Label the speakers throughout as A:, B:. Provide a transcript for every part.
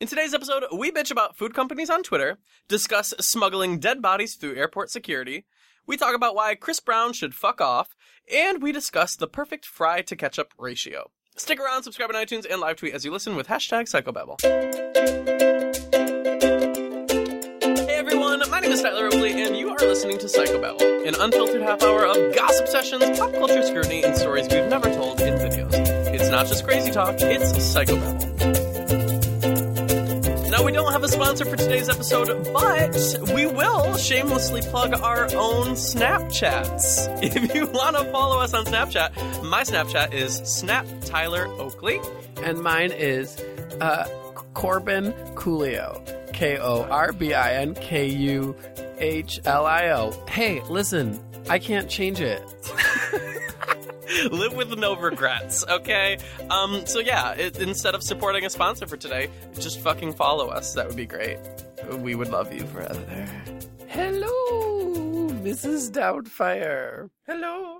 A: In today's episode, we bitch about food companies on Twitter, discuss smuggling dead bodies through airport security, we talk about why Chris Brown should fuck off, and we discuss the perfect fry to ketchup ratio. Stick around, subscribe on iTunes, and live tweet as you listen with hashtag psychobabble. Hey everyone, my name is Tyler Oakley, and you are listening to Psychobabble, an unfiltered half hour of gossip sessions, pop culture scrutiny, and stories we've never told in videos. It's not just crazy talk, it's Psychobabble. Now, we don't have a sponsor for today's episode, but we will shamelessly plug our own Snapchats. If you want to follow us on Snapchat, my Snapchat is Snap Tyler Oakley.
B: and mine is uh, Corbin Coolio. K O R B I N K U H L I O. Hey, listen, I can't change it.
A: Live with no regrets, okay? Um, so, yeah, it, instead of supporting a sponsor for today, just fucking follow us. That would be great. We would love you forever.
B: Hello, Mrs. Doubtfire. Hello.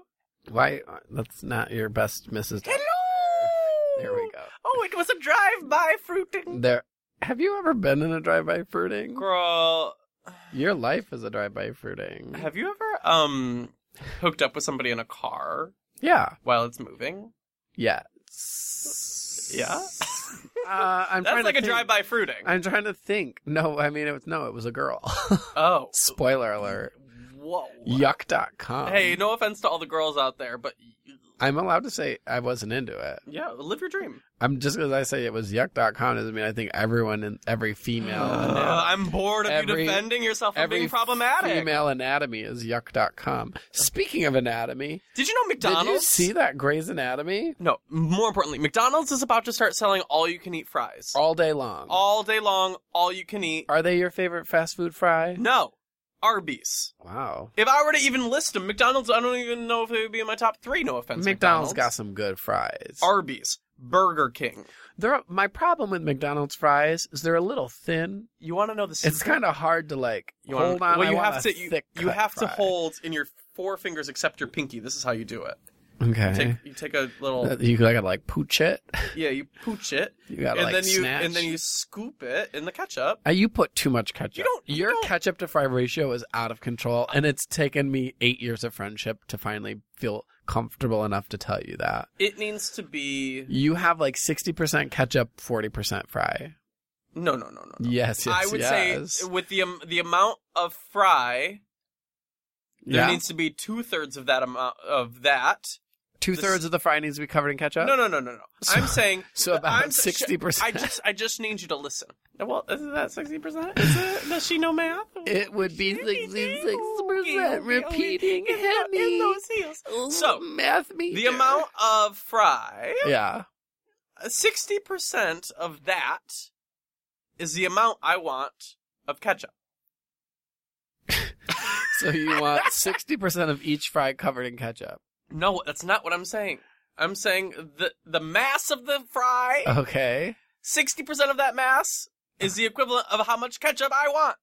B: Why? uh, That's not your best Mrs. Doubtfire.
A: Hello!
B: There we go.
A: Oh, it was a drive by fruiting.
B: There. Have you ever been in a drive-by fruiting?
A: Girl,
B: Your life is a drive-by fruiting.
A: Have you ever um hooked up with somebody in a car
B: Yeah.
A: while it's moving?
B: Yeah.
A: Yeah.
B: Uh, I'm
A: That's
B: trying
A: like
B: to
A: a
B: think.
A: drive-by fruiting.
B: I'm trying to think. No, I mean it was no, it was a girl.
A: Oh.
B: Spoiler alert.
A: Whoa.
B: Yuck.com.
A: Hey, no offense to all the girls out there, but
B: I'm allowed to say I wasn't into it.
A: yeah, live your dream.
B: I'm just because I say it was yuck.com doesn't mean I think everyone and every female
A: Uh, I'm bored of
B: Every-
A: you defending yourself for
B: every
A: being problematic.
B: female anatomy is yuck.com. Speaking of anatomy,
A: Did you know McDonald's?
B: did you see that Grey's Anatomy
A: No, more importantly, McDonald's is about to start selling all-you-can-eat fries
B: all day long?
A: all day long. All-you-can-eat.
B: Are they your favorite fast food fry?
A: No, Arby's.
B: Wow.
A: If I were to even list them, McDonald's, I don't even know if they would be in my top three. No offense,
B: McDonald's got some good fries.
A: Arby's, Burger King.
B: They're, my problem with McDonald's fries is they're a little thin
A: You want to know the secret?
B: It's kind of hard to like
A: you wanna-
B: hold on.
A: Well,
B: I
A: you
B: want
A: have
B: a
A: to you,
B: thick
A: you
B: cut
A: have to
B: fry.
A: hold in your four fingers except your pinky. This is how you do it.
B: Okay.
A: Take, you take a little
B: That- Uh, you gotta like pooch it.
A: yeah, you pooch it,
B: You gotta
A: and
B: like
A: then you
B: snatch.
A: and then you scoop it in the ketchup.
B: Uh, you put too much ketchup.
A: You don't- you
B: Your
A: don't-
B: ketchup to fry ratio is out of control, and it's taken me eight years of friendship to finally feel comfortable enough to tell you that
A: It needs to be
B: you have like sixty percent ketchup, forty percent fry.
A: no, no, no, no. no.
B: Yes, yes,
A: I would
B: yes.
A: say with the um, the amount of fry, there
B: yeah.
A: needs to be two thirds of that amount of that.
B: two thirds of the fry needs to be covered in ketchup.
A: No, no, no, no, no.
B: So-
A: I'm saying
B: So
A: I'm
B: about
A: s-
B: sixty
A: I
B: percent.
A: just I just need you to listen. Well, isn't that sixty percent? Is it? Does she know math?
B: It would be sixty-six percent repeating Henny.
A: heels.
B: Ooh,
A: So,
B: math me
A: The amount of fry, uh,
B: Yeah.
A: sixty percent of that is the amount I want of ketchup.
B: So you want sixty percent of each fry covered in ketchup.
A: No, that's not what I'm saying. I'm saying the the mass of the fry,
B: Uh. Okay.
A: sixty percent of that mass is the equivalent of how much ketchup I want.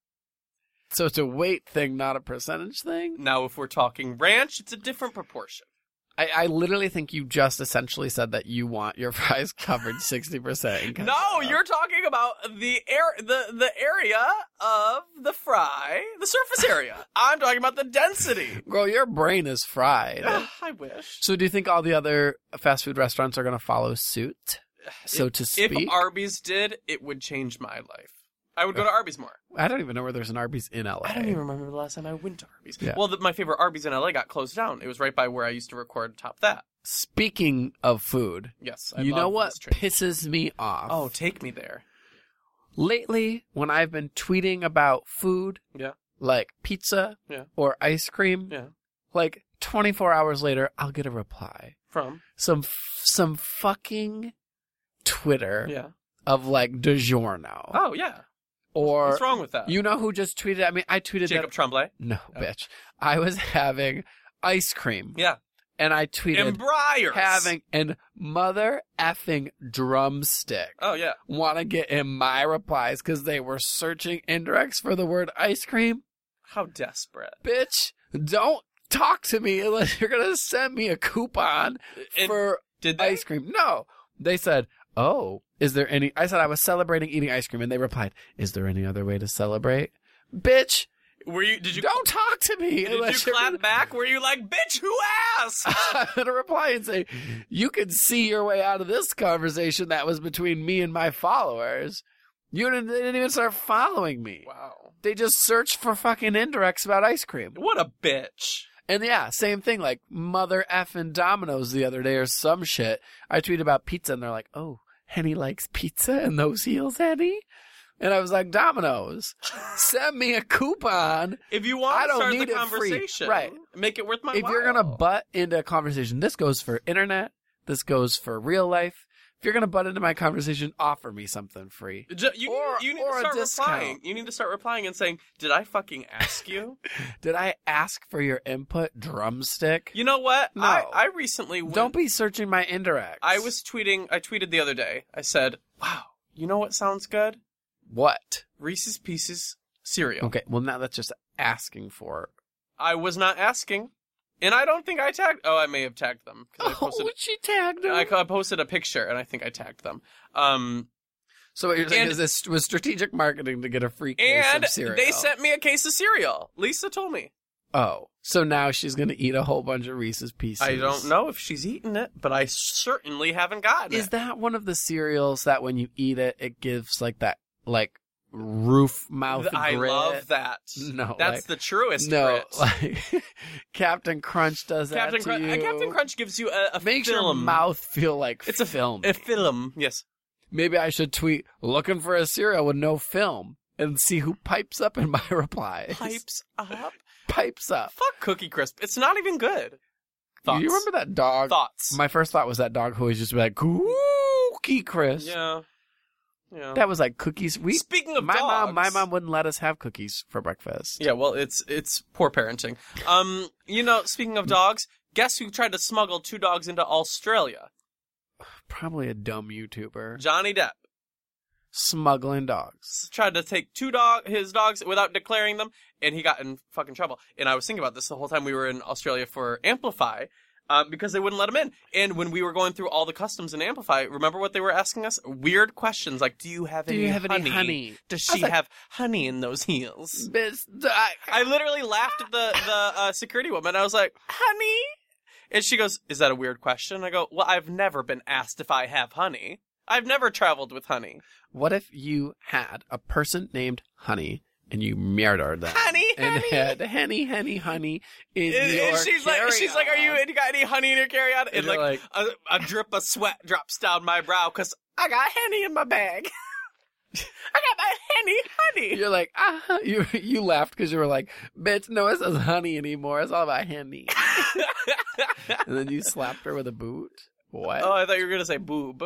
B: So it's a weight thing, not a percentage thing.
A: Now, if we're talking ranch, it's a different proportion.
B: I, I literally think you just essentially said that you want your fries covered sixty percent in ketchup.
A: No, you're talking about the air, the the area of the fry, the surface area. I'm talking about the density.
B: girl. Your brain is fried.
A: Ugh, I wish.
B: so do you think all the other fast food restaurants are going to follow suit? So to speak,
A: If Arby's did, it would change my life. I would go to Arby's more.
B: I don't even know where there's an Arby's in LA.
A: I don't even remember the last time I went to Arby's.
B: Yeah.
A: Well, the, my favorite Arby's in LA got closed down. It was right by where I used to record Top That.
B: Speaking of food,
A: Yes, I
B: you know
A: love
B: what
A: this train.
B: pisses me off?
A: Oh, take me there.
B: lately when I've been tweeting about food,
A: Yeah.
B: like pizza,
A: Yeah.
B: or ice cream,
A: Yeah.
B: like 24 hours later, I'll get a reply.
A: From
B: Some f- some fucking Twitter
A: yeah.
B: of like DiGiorno
A: Oh yeah.
B: or
A: What's wrong with that?
B: you know who just tweeted at me? I tweeted
A: Jacob
B: that
A: Tremblay.
B: no
A: Oh.
B: bitch. I was having ice cream
A: Yeah.
B: and I tweeted
A: And Briars.
B: having and mother effing drumstick
A: Oh yeah.
B: want to get in my replies because they were searching indirects for the word ice cream.
A: How desperate.
B: Bitch, don't talk to me unless you're going to send me a coupon
A: And
B: for
A: did they?
B: ice cream. No. They said, Oh, is there any? I said I was celebrating eating ice cream, and they replied, "Is there any other way to celebrate?" Bitch,
A: Were you? Did you?
B: don't talk to me.
A: Did you
B: unless you're
A: clap back? Were you like, bitch, who asked?
B: I'm going to reply and say, You can see your way out of this conversation that was between me and my followers. You didn't, they didn't even start following me.
A: Wow.
B: They just searched for fucking indirects about ice cream.
A: What a bitch.
B: And yeah, same thing like Mother F and Domino's the other day or some shit. I tweet about pizza and they're like, Oh, Henny likes pizza and those heels, Henny? And I was like, Domino's, send me a coupon
A: If you want
B: I
A: to
B: don't
A: start
B: need
A: the
B: it free.
A: conversation,
B: Right.
A: Make it worth my
B: if
A: while.
B: you're gonna butt into a conversation, this goes for internet, this goes for real life. If you're gonna butt into my conversation, offer me something free.
A: Ju- you,
B: or-
A: you need
B: or
A: to
B: a
A: start
B: discount.
A: replying. You need to start replying and saying, "Did I fucking ask you?"
B: Did I ask for your input, drumstick?
A: you know what?
B: No.
A: I I recently went,
B: Don't be searching my indirects.
A: I was tweeting. I tweeted the other day. I said, "Wow, you know what sounds good?
B: what?
A: Reese's Pieces cereal."
B: Okay, well now that's just asking for.
A: I was not asking, and I don't think I tagged. Oh, I may have tagged them 'cause I
B: Oh,
A: posted.
B: she tagged him.
A: I co- I posted a picture, and I think I tagged them. Um,
B: so what you're saying
A: and-
B: is this was strategic marketing to get a free case
A: and
B: of cereal.
A: they sent me a case of cereal. Lisa told me.
B: "Oh, so now she's gonna eat a whole bunch of Reese's Pieces."
A: I don't know if she's eaten it, but I certainly haven't gotten
B: Is
A: it.
B: that one of the cereals that when you eat it, it gives like that like roof mouth
A: I
B: grit?
A: love that.
B: No,
A: That's
B: like-
A: the truest
B: No,
A: grit.
B: like Captain Crunch does
A: Captain
B: that
A: Crunch. uh,
B: to you.
A: Captain Crunch uh, gives you a, a
B: makes your
A: film.
B: mouth feel like
A: It's a-
B: film.
A: a film. Yes.
B: Maybe I should tweet looking for a cereal with no film and see who pipes up in my replies.
A: Pipes up.
B: pipes up.
A: Fuck Cookie Crisp. It's not even good. Thoughts.
B: Uh, You remember that dog?
A: thoughts?
B: My first thought was that dog who was just like Cookie Chris.
A: yeah. Yeah.
B: That was like cookies. We
A: Speaking of
B: my
A: dogs,
B: mom my mom wouldn't let us have cookies for breakfast
A: Yeah, well, it's it's poor parenting. Um, you know, speaking of dogs, guess who tried to smuggle two dogs into Australia?
B: probably a dumb youtuber
A: Johnny Depp.
B: smuggling dogs
A: tried to take two dog his dogs without declaring them, and he got in fucking trouble. And I was thinking about this the whole time we were in Australia for Amplify, um, because they wouldn't let him in. And when we were going through all the customs in Amplify, remember what they were asking us? Weird questions like, "Do you have
B: do
A: any?
B: you have
A: honey?
B: any honey
A: Does
B: I was
A: she
B: like-
A: have honey in those heels?"
B: Bis- I-
A: I literally laughed at the the uh, security woman. I was like, "Honey." And she goes, "Is that a weird question?" I go, "Well, I've never been asked if I have honey. I've never traveled with honey.
B: what if you had a person named honey and you murdered them
A: Honey,
B: and
A: honey.
B: had honey honey honey in
A: And-
B: your
A: and she's like, she's like, are you?
B: carry-on?"
A: You got any honey in your carry on? And,
B: And
A: like,
B: you're like,
A: a, a drip of sweat drops down my brow because I got honey in my bag. I got my honey, honey.
B: you're like, ah, you you laughed because you were like, bitch, no, it says honey anymore. It's all about honey. and then you slapped her with a boot. What?
A: oh, I thought you were gonna say boob.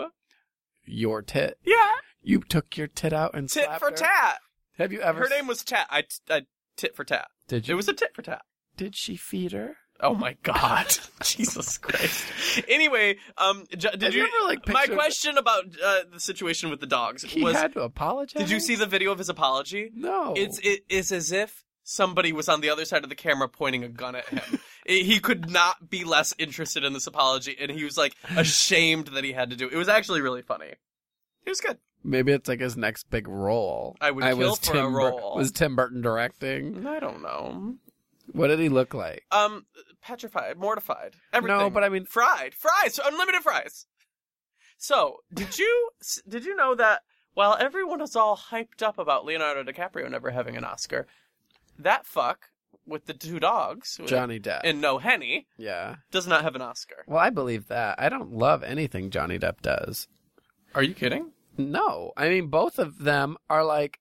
B: your tit.
A: Yeah,
B: You took your tit out and
A: tit
B: slapped
A: for
B: her?
A: tat.
B: Have you ever?
A: Her name was Tat. I, I tit for tat.
B: Did
A: It
B: you?
A: was a tit for tat.
B: Did she feed her?
A: Oh my god, Jesus Christ. Anyway, um, J- did
B: Have
A: you?
B: ever like
A: my
B: pictured-
A: question about uh, the situation with the dogs
B: He
A: was:
B: had to apologize.
A: Did you see the video of his apology?
B: No.
A: It's it is as if somebody was on the other side of the camera pointing a gun at him. I- he could not be less interested in this apology, and he was like ashamed that he had to do it. It was actually really funny. It was good.
B: maybe it's like his next big role.
A: I would kill for a
B: Tim Bur-
A: role.
B: was Tim Burton directing?
A: I don't know.
B: What did he look like?
A: Um, petrified, mortified, everything.
B: No, but I mean,
A: fried fries, unlimited fries. So did you s- did you know that while everyone is all hyped up about Leonardo DiCaprio never having an Oscar, that fuck with the two dogs
B: Johnny Depp.
A: and no Henny
B: yeah.
A: does not have an Oscar.
B: Well, I believe that. I don't love anything Johnny Depp does.
A: Are you kidding?
B: No, I mean both of them are like.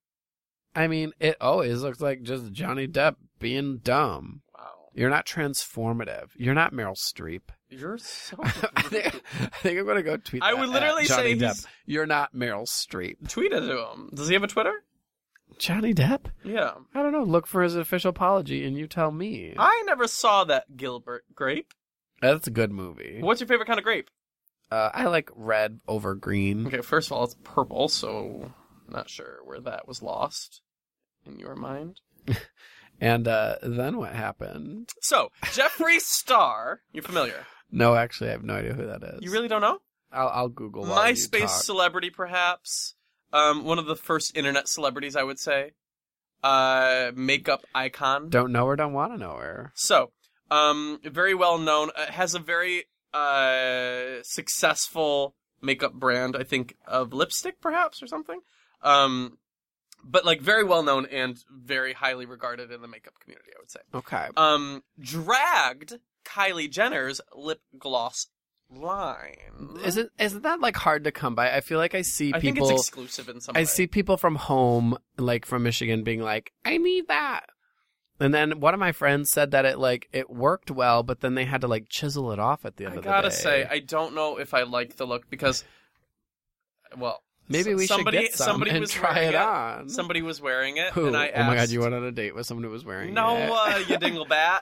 B: I mean, it always looks like just Johnny Depp being dumb.
A: Wow.
B: You're not transformative. You're not Meryl Streep.
A: You're so.
B: I think, I think I'm gonna go tweet.
A: I
B: that
A: would
B: at
A: literally
B: Johnny
A: say
B: Depp.
A: he's-
B: You're not Meryl Streep.
A: Tweet it to him. Does he have a Twitter?
B: Johnny Depp?
A: Yeah.
B: I don't know. Look for his official apology, and you tell me.
A: I never saw that Gilbert grape.
B: That's a good movie.
A: What's your favorite kind of grape?
B: Uh, I like red over green.
A: Okay, first of all, it's purple, so not sure where that was lost in your mind.
B: And uh, then what happened?
A: So, Jeffree Star, you're familiar.
B: No, actually, I have no idea who that is.
A: You really don't know?
B: I'll, I'll Google. while you
A: MySpace
B: talk.
A: celebrity, perhaps. Um, one of the first internet celebrities, I would say. Uh, makeup icon.
B: Don't know her. Don't want to know her.
A: So, um, very well known. Uh, has a very uh successful makeup brand. I think of lipstick, perhaps, or something. Um, but like very well known and very highly regarded in the makeup community. I would say.
B: Okay.
A: Um, dragged Kylie Jenner's lip gloss line.
B: Isn't isn't that like hard to come by? I feel like I see
A: I think
B: people.
A: it's exclusive in some way.
B: I see people from home, like from Michigan, being like, "I need that." And then one of my friends said that it like it worked well, but then they had to like chisel it off at the end
A: I
B: of
A: gotta
B: the day.
A: say, I don't know if I like the look because, well,
B: maybe
A: so-
B: we
A: somebody,
B: should get some
A: somebody
B: and
A: was
B: try
A: wearing
B: it on.
A: Somebody was wearing it,
B: Who?
A: and I asked,
B: oh my god, you went on a date with someone who was wearing
A: "No,
B: it.
A: uh, you dinglebat."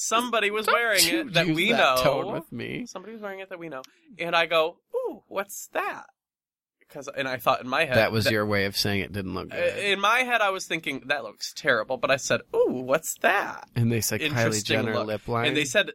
A: Somebody was
B: Don't
A: wearing
B: you
A: it that
B: use
A: we
B: that
A: know.
B: Tone with me.
A: Somebody was wearing it that we know, and I go, "Ooh, what's that?" Because, and I thought in my head
B: Uh,
A: uh,
B: That was your way of saying it didn't look good.
A: In my head, I was thinking that looks terrible, but I said, "Ooh, what's that?"
B: and they said Kylie
A: interesting
B: Jenner
A: look.
B: lip line.
A: And they said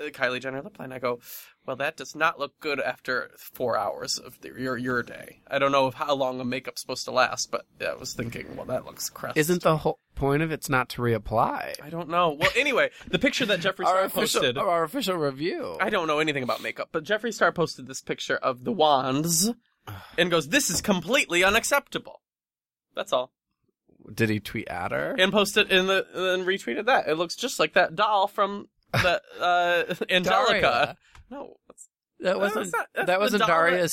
A: uh, Kylie Jenner lip line. I go, well, that does not look good after four hours of the, your your day. I don't know of how long a makeup's supposed to last, but I was thinking, well, that looks crap.
B: Isn't the whole point of it's not to reapply?
A: I don't know. Well, anyway, the picture that Jeffree
B: Our
A: Star
B: official,
A: posted.
B: our official review.
A: I don't know anything about makeup, but Jeffree Star posted this picture of the wands and goes, "This is completely unacceptable." That's all.
B: Did he tweet at her?
A: And posted and the and retweeted that. It looks just like that doll from the uh, Angelica.
B: Daria.
A: No, that's
B: That
A: No,
B: wasn't.
A: it's not- that's
B: that
A: the
B: wasn't
A: doll
B: Daria's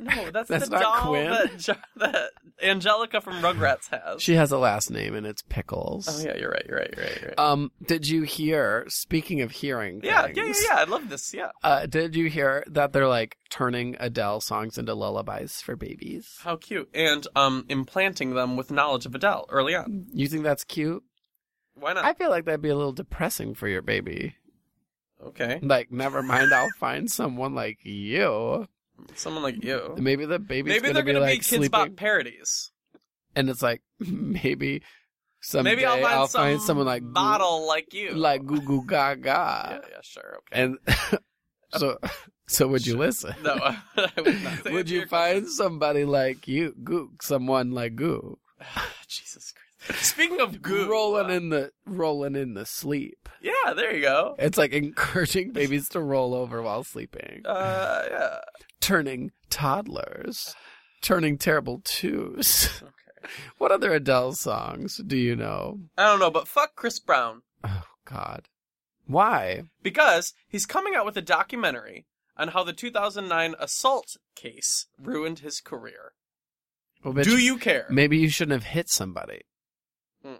A: No, that's,
B: That's
A: the
B: not
A: doll
B: Quinn.
A: That, Jo- that Angelica from Rugrats has.
B: She has a last name, and it's Pickles.
A: oh yeah, you're right. You're right. You're right. You're right.
B: Um, did you hear? Speaking of hearing,
A: yeah, yeah, yeah,
B: things,
A: yeah. I love this. Yeah.
B: Uh, did you hear that they're like turning Adele songs into lullabies for babies?
A: How cute. And um, implanting them with knowledge of Adele early on.
B: You think that's cute?
A: Why not?
B: I feel like that'd be a little depressing for your baby.
A: okay.
B: Like, never mind, I'll find someone like you.
A: Someone like you.
B: Maybe the baby's
A: Maybe
B: gonna
A: they're
B: be
A: gonna
B: like
A: be Kids
B: sleeping,
A: Bop parodies.
B: and it's like maybe someday
A: Maybe I'll find, some
B: find someone like Goo-
A: bottle like you.
B: like uh, Goo Goo
A: Yeah,
B: Gaga,
A: yeah, sure. Okay.
B: and so so would you listen?
A: No, I would not. say it
B: would
A: to
B: you
A: your
B: find
A: question.
B: somebody like you, Goo, someone like Goo,
A: Jesus Christ. Speaking of goo, uh,
B: rolling in the rolling in the sleep?
A: Yeah, there you go.
B: It's like encouraging babies to roll over while sleeping,
A: Uh, yeah.
B: turning toddlers, turning terrible twos.
A: Okay.
B: What other Adele songs do you know?
A: I don't know, but fuck Chris Brown
B: Oh God, why?
A: because he's coming out with a documentary on how the 2009 assault case ruined his career.
B: Well, bitch,
A: Do you care?
B: Maybe you shouldn't have hit somebody.
A: Mm.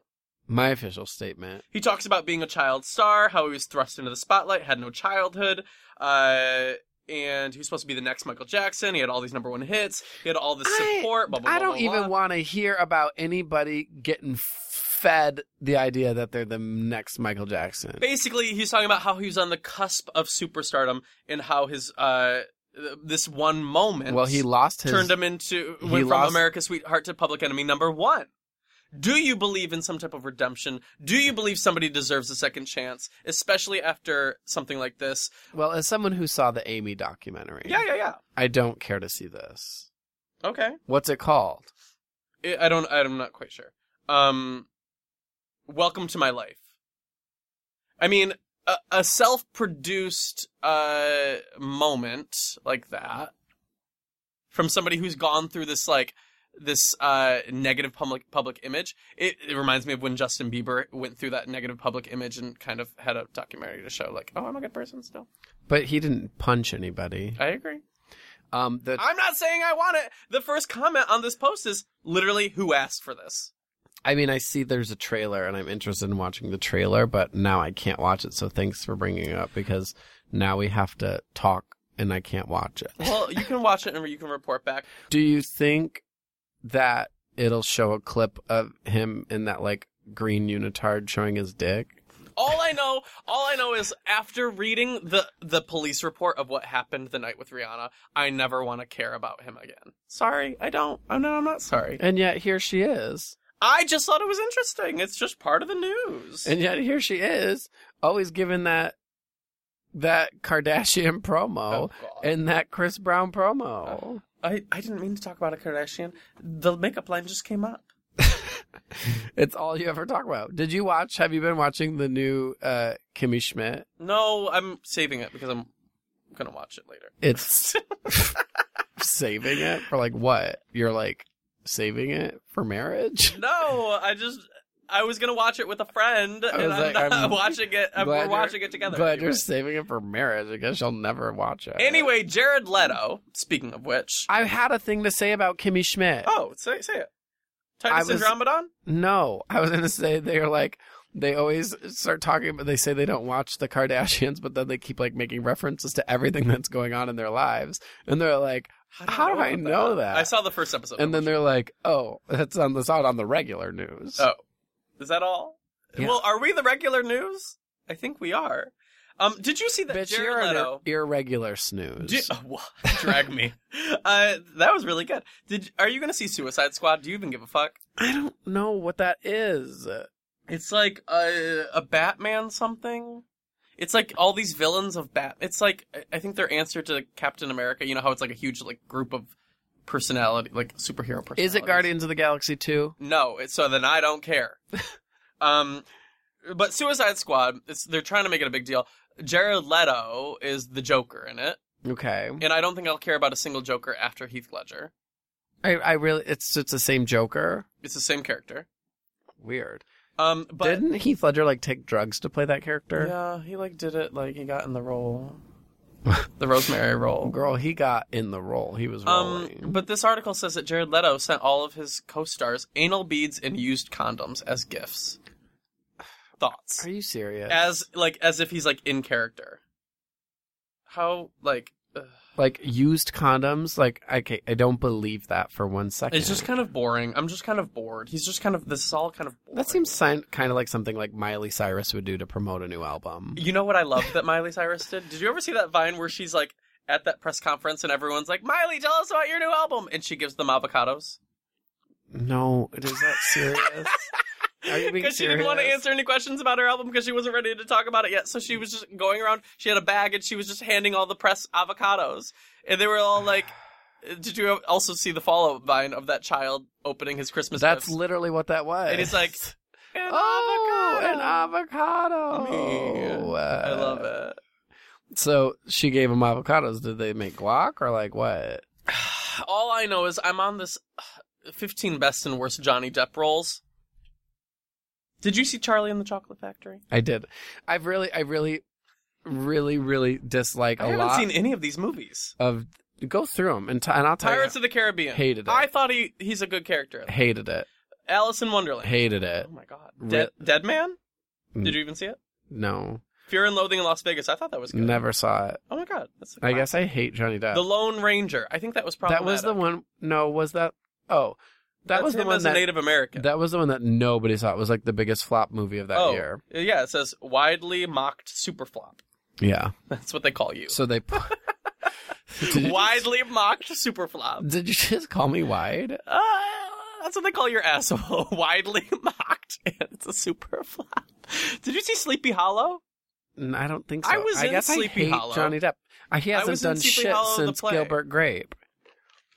B: My official statement.
A: He talks about being a child star, how he was thrust into the spotlight, had no childhood, uh, and he was supposed to be the next Michael Jackson. He had all these number one hits. He had all this
B: I-
A: support. Blah, blah,
B: I
A: blah,
B: don't
A: blah,
B: even
A: blah.
B: want to hear about anybody getting fed the idea that they're the next Michael Jackson.
A: Basically, he's talking about how he was on the cusp of superstardom and how his uh, this one moment.
B: Well, he lost his.
A: turned him into
B: he
A: went from
B: lost-
A: America's sweetheart to public enemy number one. Do you believe in some type of redemption? Do you believe somebody deserves a second chance, especially after something like this?
B: well, as someone who saw the Amy documentary,
A: Yeah, yeah, yeah.
B: I don't care to see this.
A: Okay,
B: What's it called?
A: I I don't. I'm not quite sure. Um, welcome to my life. I mean, a, a self-produced uh moment like that from somebody who's gone through this like this uh negative public public image. It, it reminds me of when Justin Bieber went through that negative public image and kind of had a documentary to show like, oh, I'm a good person still.
B: But he didn't punch anybody.
A: I agree.
B: Um, the
A: I'm not saying I want it. The first comment on this post is literally, "Who asked for this?"
B: I mean, I see there's a trailer and I'm interested in watching the trailer, but now I can't watch it. So thanks for bringing it up because now we have to talk and I can't watch it.
A: Well, you can watch it and you can report back.
B: Do you think that it'll show a clip of him in that like green unitard showing his dick?
A: All I know, all I know is after reading the the police report of what happened the night with Rihanna, I never want to care about him again. Sorry, I don't. I'm not. I'm not sorry.
B: And yet here she is.
A: I just thought it was interesting. It's just part of the news.
B: And yet here she is, always giving that that Kardashian
A: God.
B: promo and that Chris Brown promo.
A: I, I didn't mean to talk about a Kardashian. The makeup line just came up.
B: It's all you ever talk about. Did you watch? Have you been watching the new uh, Kimmy Schmidt?
A: No, I'm saving it because I'm gonna watch it later.
B: It's saving it for like what? You're like saving it for marriage?
A: No, I just I was gonna watch it with a friend,
B: I
A: and
B: was
A: I'm
B: like,
A: not
B: I'm
A: watching it. I'm,
B: glad
A: we're
B: you're-
A: watching it together.
B: But you're
A: anyway.
B: saving it for marriage. I guess you'll never watch it.
A: Anyway, Jared Leto. Speaking of which,
B: I had a thing to say about Kimmy Schmidt.
A: oh, say say it.
B: I
A: Titus
B: was-
A: Andromedon.
B: No, I was gonna say they're like they always start talking, but they say they don't watch the Kardashians, but then they keep like making references to everything that's going on in their lives, and they're like, how do I
A: about
B: know that?
A: I saw the first episode.
B: and then they're like, oh, that's on that's out on the regular news.
A: Oh. is that all?
B: Yeah.
A: Well, are we the regular news? I think we are. Um, did you see that
B: Bitch, you're
A: Jared
B: an
A: Leto?
B: ir- irregular snooze.
A: Did, oh, wha- drag me. Uh, that was really good. Did are you gonna see Suicide Squad? Do you even give a fuck?
B: I don't know what that is.
A: It's like a, a Batman something. It's like all these villains of Bat. It's like I- I think their answer to Captain America. You know how it's like a huge like group of personality, like superhero personality.
B: Is it Guardians of the Galaxy two?
A: No. It, so then I don't care. um, but Suicide Squad. It's they're trying to make it a big deal. Jared Leto is the Joker in it,
B: Okay,
A: and I don't think I'll care about a single Joker after Heath Ledger.
B: I, I really it's it's the same Joker.
A: It's the same character.
B: Weird.
A: Um, but
B: Didn't Heath Ledger like take drugs to play that character?
A: yeah, he like did it like he got in the role, the Rosemary role.
B: Oh, Girl, he got in the role. He was
A: Um,
B: rolling.
A: but this article says that Jared Leto sent all of his co-stars anal beads and used condoms as gifts. Thoughts?
B: Are you serious?
A: As like as if he's like in character. How like ugh.
B: like used condoms? Like I ca- I don't believe that for one second.
A: it's just kind of boring. I'm just kind of bored. He's just kind of this is all kind of boring.
B: that seems sign- kind of like something like Miley Cyrus would do to promote a new album.
A: You know what I love that Miley Cyrus did? Did you ever see that vine where she's like at that press conference and everyone's like, "Miley, tell us about your new album," and she gives them avocados
B: No, it is that serious? Are you being
A: because she didn't want to
B: serious?
A: answer any questions about her album because she wasn't ready to talk about it yet. So she was just going around. She had a bag and she was just handing all the press avocados, and they were all like. Did you also see the follow-up vine of that child opening his Christmas?
B: That's
A: gifts?
B: literally what that was.
A: And it's like, An
B: oh,
A: avocado.
B: an avocado.
A: Me. I
B: uh,
A: love it.
B: So she gave him avocados. Did they make guac or like what?
A: All I know is I'm on this ugh, 15 best and worst Johnny Depp roles. Did you see Charlie in the Chocolate Factory?
B: I did. I've really, I really, really, really dislike
A: I
B: a
A: haven't
B: lot
A: seen any of these movies.
B: of. Go through them and, t- and I'll tell
A: Pirates
B: you.
A: of the Caribbean.
B: Oh, Hated it.
A: I thought he he's a good character.
B: hated it.
A: Alice in Wonderland.
B: Hated it.
A: Oh my god.
B: Re-
A: Dead, Dead Man?
B: Mm.
A: Did you even see it?
B: No,
A: Fear and Loathing in Las Vegas. I thought that was good.
B: never saw it.
A: Oh my god. That's
B: I guess I hate Johnny Depp.
A: The Lone Ranger. I think that was probably
B: that was the one. No, was that? Oh, that
A: That's
B: was the
A: him
B: one
A: as
B: that.
A: a Native American.
B: That was the one that nobody saw. It was like the biggest flop movie of that
A: oh.
B: year.
A: Yeah, it says widely mocked superflop.
B: Yeah.
A: That's what they call you.
B: So they. pu- did you-
A: widely mocked superflop.
B: Did you just call me wide?
A: Uh, that's what they call your asshole. Widely mocked, and it's a super flop. Did you see Sleepy Hollow?
B: N- I don't think so.
A: I was in
B: guess
A: Sleepy
B: I hate
A: Hollow.
B: Johnny Depp. Uh, He hasn't
A: was in
B: done
A: Sleepy
B: shit
A: Hollow, the
B: since
A: play.
B: Gilbert Grape.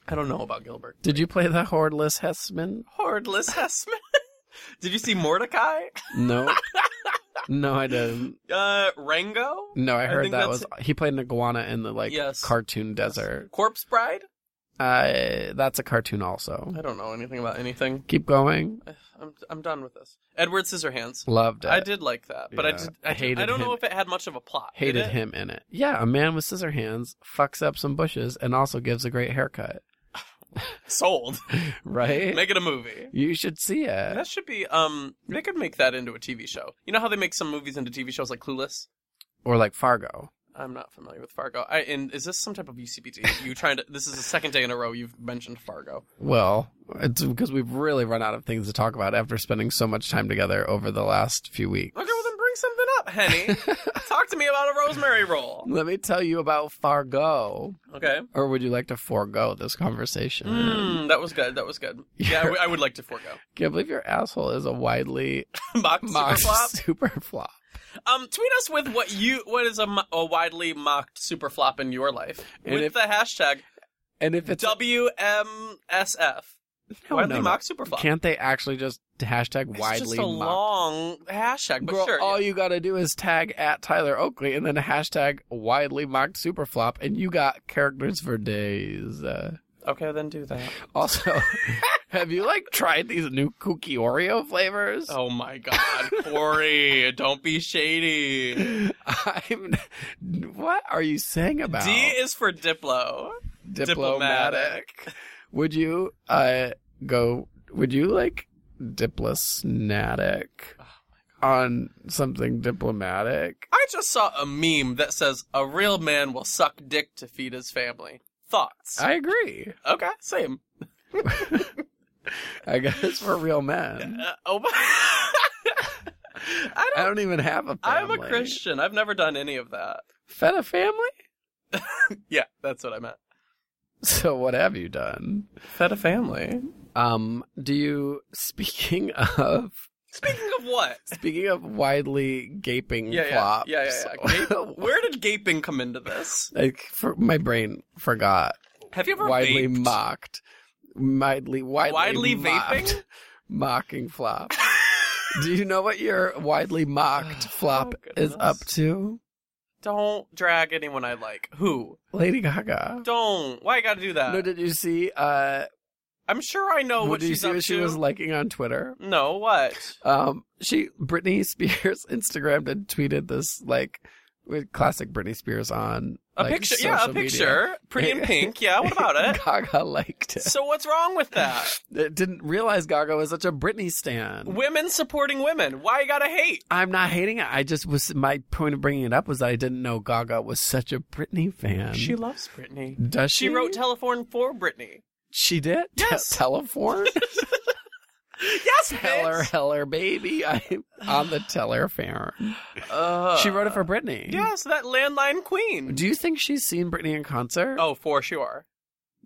A: I don't know about Gilbert.
B: Did you play the Hordeless Hessman?
A: Hordless Hessman. Did you see Mordecai?
B: No. no, I didn't.
A: Uh, Rango?
B: No, I heard
A: think
B: that was
A: that's-
B: he played an iguana in the like
A: Yes.
B: cartoon desert.
A: Corpse Bride?
B: Uh, that's a cartoon also.
A: I don't know anything about anything.
B: Keep going.
A: I- I'm I'm done with this. Edward Scissorhands.
B: Loved it.
A: I did like that, but I
B: Yeah.
A: did I,
B: Hated
A: I don't know
B: him.
A: if it had much of a plot. did
B: Hated
A: it?
B: him in it. Yeah, a man with scissor hands fucks up some bushes and also gives a great haircut.
A: Sold.
B: Right?
A: Make it a movie.
B: you should see it.
A: That should be um they could make that into a TV show. You know how they make some movies into TV shows like Clueless?
B: Or like Fargo.
A: I'm not familiar with Fargo. I and is this some type of UCPT? You trying to this is the second day in a row you've mentioned Fargo.
B: Well, it's because we've really run out of things to talk about after spending so much time together over the last few weeks.
A: Okay, well then bring something up, Henny. Talk to me about a rosemary roll.
B: Let me tell you about Fargo.
A: Okay.
B: Or would you like to forego this conversation?
A: Mm, that was good. That was good. Yeah, I w- I would like to forego.
B: Can't believe your asshole is a widely
A: Mock
B: mocked
A: superflop.
B: super flop.
A: Um, tweet us with what you what is a, mo- a widely mocked super flop in your life
B: And
A: with
B: if-
A: the hashtag
B: And if it's
A: WMSF.
B: no,
A: widely
B: no, no.
A: mocked super flop.
B: can't they actually just hashtag
A: it's
B: widely
A: just a
B: mocked?
A: long hashtag, but
B: Girl,
A: sure.
B: all
A: yeah.
B: you gotta do is tag at Tyler Oakley and then hashtag widely mocked superflop, and you got characters for days. Uh,
A: Okay, then do that.
B: also, have you like tried these new kooky Oreo flavors?
A: Oh my God, Corey, don't be shady.
B: I'm. What are you saying about
A: D is for Diplo. diplomatic.
B: Would you uh go? Would you like diplomatic
A: Oh
B: on something diplomatic?
A: I just saw a meme that says a real man will suck dick to feed his family. Thoughts?
B: I agree.
A: okay, same.
B: I guess for real men.
A: Uh, oh, I
B: I
A: don't.
B: don't even have a family.
A: I'm a Christian. I've never done any of that.
B: Fed a family?
A: Yeah, that's what I meant.
B: So what have you done?
A: Fed a family.
B: Um, do you speaking of
A: Speaking of what?
B: speaking of widely gaping
A: Yeah, yeah,
B: flops?
A: yeah, yeah, yeah. Where did gaping come into this?
B: like for, my brain forgot.
A: Have you ever
B: widely
A: vaped?
B: mocked, widely widely
A: Widely
B: mocked,
A: vaping?
B: mocking flop. Do you know what your widely mocked flop
A: Oh,
B: is up
A: goodness.
B: to?
A: Don't drag anyone I like. Who?
B: Lady Gaga.
A: Don't. Why you gotta do that?
B: no, did you see? Uh,
A: I'm sure I know
B: what
A: Oh, what
B: did you
A: she's
B: see
A: up
B: what she
A: to.
B: was liking on Twitter?
A: no, what?
B: Um, she Britney Spears Instagrammed and tweeted this like with classic Britney Spears on
A: A
B: like,
A: picture? Yeah, a
B: social media.
A: picture. Pretty in pink. Yeah, what about it?
B: Gaga liked it.
A: so what's wrong with that?
B: Didn't realize Gaga was such a Britney stan.
A: Women supporting women. Why you gotta hate?
B: I'm not hating it. I just was my point of bringing it up was that I didn't know Gaga was such a Britney fan.
A: She loves Britney.
B: does she,
A: She wrote Telephone for Britney.
B: she did
A: Yes.
B: Te- telephone
A: Yes,
B: teller heller baby. I'm on the teller farm.
A: Uh,
B: she wrote it for Britney.
A: Yes, that landline queen.
B: Do you think she's seen Britney in concert?
A: Oh, for sure.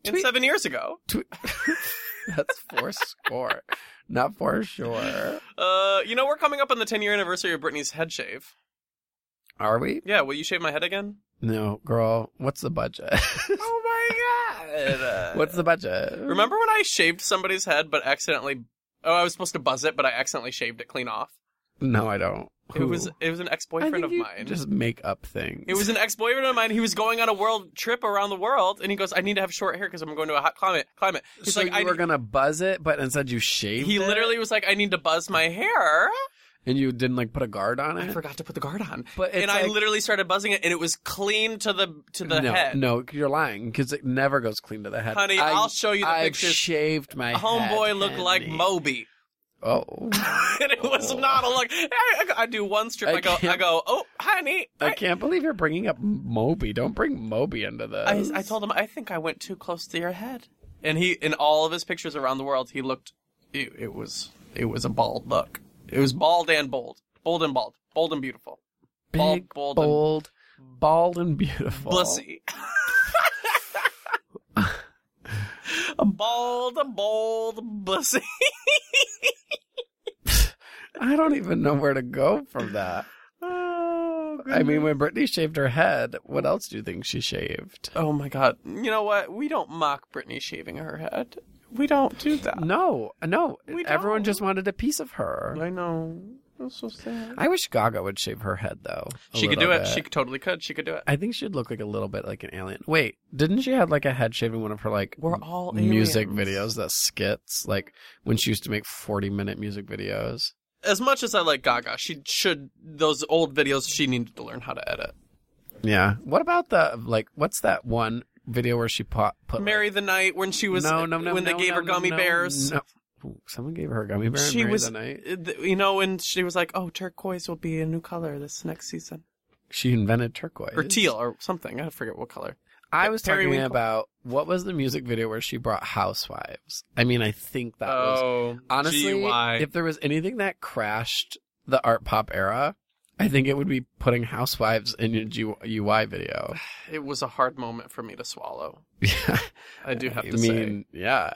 A: And
B: Tweet-
A: seven years ago.
B: That's for score, not for sure.
A: Uh, you know, we're coming up on the 10 year anniversary of Britney's head shave.
B: Are we?
A: Yeah, will you shave my head again?
B: No, girl. What's the budget?
A: Oh my god. Uh,
B: What's the budget?
A: Remember when I shaved somebody's head but accidentally Oh, I was supposed to buzz it, but I accidentally shaved it clean off.
B: No, I don't.
A: It was it was an
B: I
A: ex-boyfriend
B: think
A: of
B: you
A: mine.
B: Just make up things.
A: It was an ex-boyfriend of mine. He was going on a world trip around the world, and he goes, "I need to have short hair because I'm going to a hot climate." Climate. He's
B: so
A: like,
B: you
A: "I."
B: were
A: need-
B: gonna buzz it, but instead you shaved.
A: he
B: it?
A: literally was like, "I need to buzz my hair."
B: and you didn't like put a guard on
A: I
B: it.
A: forgot to put the guard on,
B: But it's
A: and I
B: like-
A: literally started buzzing it, and it was clean to the to the
B: no,
A: head.
B: no, you're lying because it never goes clean to the head.
A: Honey,
B: I,
A: I'll show you the
B: I
A: pictures.
B: shaved my
A: Homeboy
B: head,
A: looked like
B: honey.
A: Moby,
B: Oh,
A: and it was
B: Oh.
A: not a look. I, I, I do one strip, I,
B: I
A: go, I
B: can't-
A: go, oh, honey,
B: I
A: I,
B: can't believe you're bringing up Moby. Don't bring Moby into this.
A: I, I told him I think I went too close to your head, and he in all of his pictures around the world, he looked. It, it was it was a bald look. It was bald and bold, bold and bald, bold and beautiful,
B: big,
A: bald, bold, and-
B: bold, bald, and beautiful.
A: bussy. a bald, a bold bussy.
B: I don't even know where to go from that.
A: Oh,
B: I mean, when Britney shaved her head, what else do you think she shaved?
A: oh my god! You know what? We don't mock Britney shaving her head. We don't do that.
B: No, no.
A: We
B: Everyone
A: don't.
B: just wanted a piece of her.
A: I know. That's so sad.
B: I wish Gaga would shave her head though. a
A: She could do
B: little
A: it.
B: bit.
A: She could- totally could. She could do it.
B: I think she'd look like a little bit like an alien. Wait, didn't she have like a head shave in one of her like
A: We're all
B: music
A: aliens.
B: videos that skits like when she used to make 40 minute music videos?
A: As much as I like Gaga, she should those old videos. She needed to learn how to edit.
B: Yeah. What about the like what's that one video where she pot, put like-
A: Marry the night when she was
B: no, no, no,
A: when
B: no,
A: they gave
B: no,
A: her gummy
B: no,
A: bears.
B: no. Ooh, Someone gave her a gummy bear.
A: She
B: She
A: was-
B: the night.
A: Uh, th- You know, and she was like, "Oh, turquoise will be a new color this next season,
B: She invented turquoise
A: or teal, or something. I forget what color."
B: I was talking
A: periwinkle.
B: about what was the music video where she brought housewives. I mean, I think that was
A: Oh,
B: Honestly, if there was anything that crashed the art pop era, I think it would be putting housewives in a G- UI video.
A: it was a hard moment for me to swallow.
B: Yeah,
A: I do have
B: I
A: to
B: mean, yeah.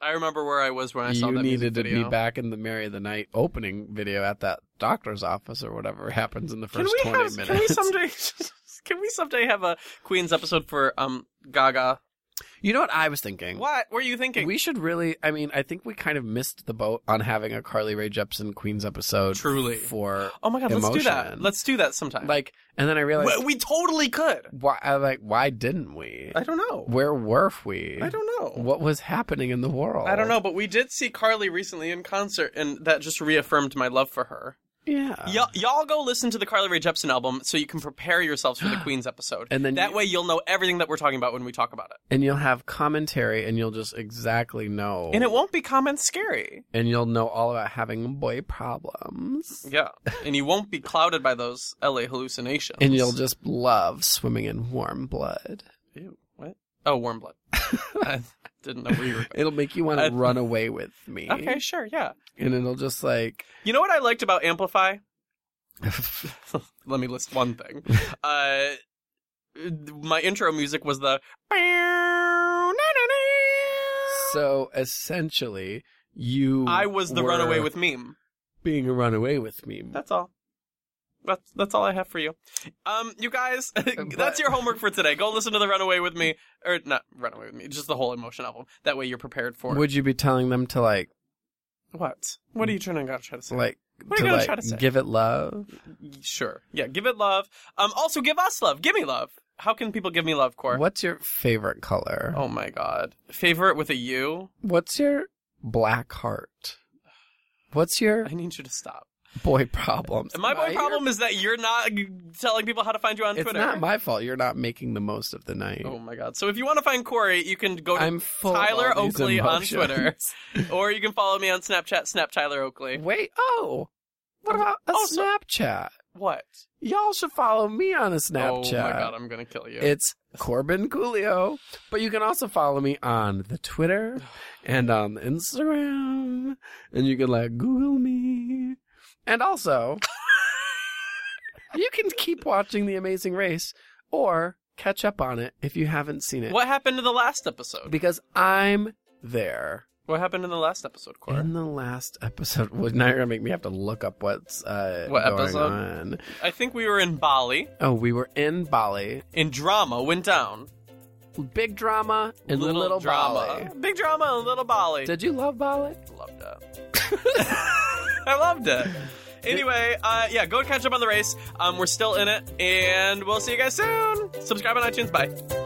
A: I remember where I was when I saw
B: you
A: that music
B: needed to
A: video.
B: be back in the Mary of the Night opening video at that doctor's office or whatever happens in the
A: Can
B: first
A: we
B: 20
A: have?
B: minutes.
A: Can we someday? Can we someday have a Queen's episode for um Gaga?
B: you know what I was thinking?
A: What were you thinking?
B: We should really. I mean, I think we kind of missed the boat on having a Carly Rae Jepsen Queens episode.
A: Truly.
B: For
A: oh my god, let's do that.
B: Emotion.
A: Let's do that sometime.
B: like, and then I realized
A: we, we totally could.
B: why. I like, why didn't we?
A: I don't know.
B: Where were we?
A: I don't know.
B: What was happening in the world?
A: I don't know, but we did see Carly recently in concert, and that just reaffirmed my love for her.
B: Yeah.
A: y'all, y'all go listen to the Carly Rae Jepsen album so you can prepare yourselves for the Queen's episode.
B: And then
A: that
B: you-
A: way you'll know everything that we're talking about when we talk about it,
B: And you'll have commentary, and you'll just exactly know.
A: and it won't be comment scary.
B: and you'll know all about having boy problems.
A: Yeah, and you won't be clouded by those LA hallucinations.
B: And you'll just love swimming in warm blood.
A: Ew, what? Oh, warm blood. I didn't know where you were.
B: It'll make you want to
A: I-
B: run away with me.
A: Going. Okay, sure, yeah.
B: And it'll just like
A: You know what I liked about Amplify? Let me list one thing. Uh, my intro music was the.
B: so essentially you
A: I was the
B: were
A: runaway with meme.
B: being a runaway with me.
A: That's all. That's that's all I have for you. Um, you guys,
B: Uh, But-
A: that's your homework for today. Go listen to the Runaway with Me, or not Runaway with Me, just the whole Emotion album. That way you're prepared for
B: Would you be telling them to like
A: what? What are you trying to try to say?
B: like
A: What
B: to
A: are you gonna
B: like
A: try to say?
B: give it love?
A: Sure, yeah, give it love. Um, also give us love. Give me love. How can people give me love, Core?
B: What's your favorite color?
A: Oh my God, favorite with a U.
B: What's your black heart? What's your
A: I need you to stop.
B: boy problems?
A: My
B: Am I
A: boy
B: your-
A: problem is that you're not telling people how to find you on
B: It's
A: Twitter.
B: not my fault. You're not making the most of the night.
A: oh my God. So if you want to find Corey, you can go to
B: I'm full
A: Tyler
B: of all these
A: Oakley on
B: emotions.
A: Twitter. or you can follow me on Snapchat, Snap Tyler Oakley.
B: Wait, oh, what about a
A: Um, Also-
B: Snapchat?
A: What?
B: Y'all should follow me on a Snapchat.
A: Oh my god, I'm gonna kill you.
B: It's Corbin Coolio. But you can also follow me on the Twitter and on the Instagram. And you can like Google me. And also, you can keep watching The Amazing Race or catch up on it if you haven't seen it.
A: what happened to the last episode?
B: Because I'm there.
A: What happened in the last episode, Cora?
B: In the last episode, well, now you're gonna make me have to look up what's uh,
A: What
B: going
A: episode?
B: on.
A: I think we were in Bali
B: Oh, we were in Bali,
A: and drama went down.
B: big drama in little,
A: drama.
B: Bali.
A: Big drama in little Bali.
B: Did you love Bali?
A: loved it. I loved it. Anyway, uh, yeah, go catch up on the race. Um, we're still in it, and we'll see you guys soon. Subscribe on iTunes. Bye.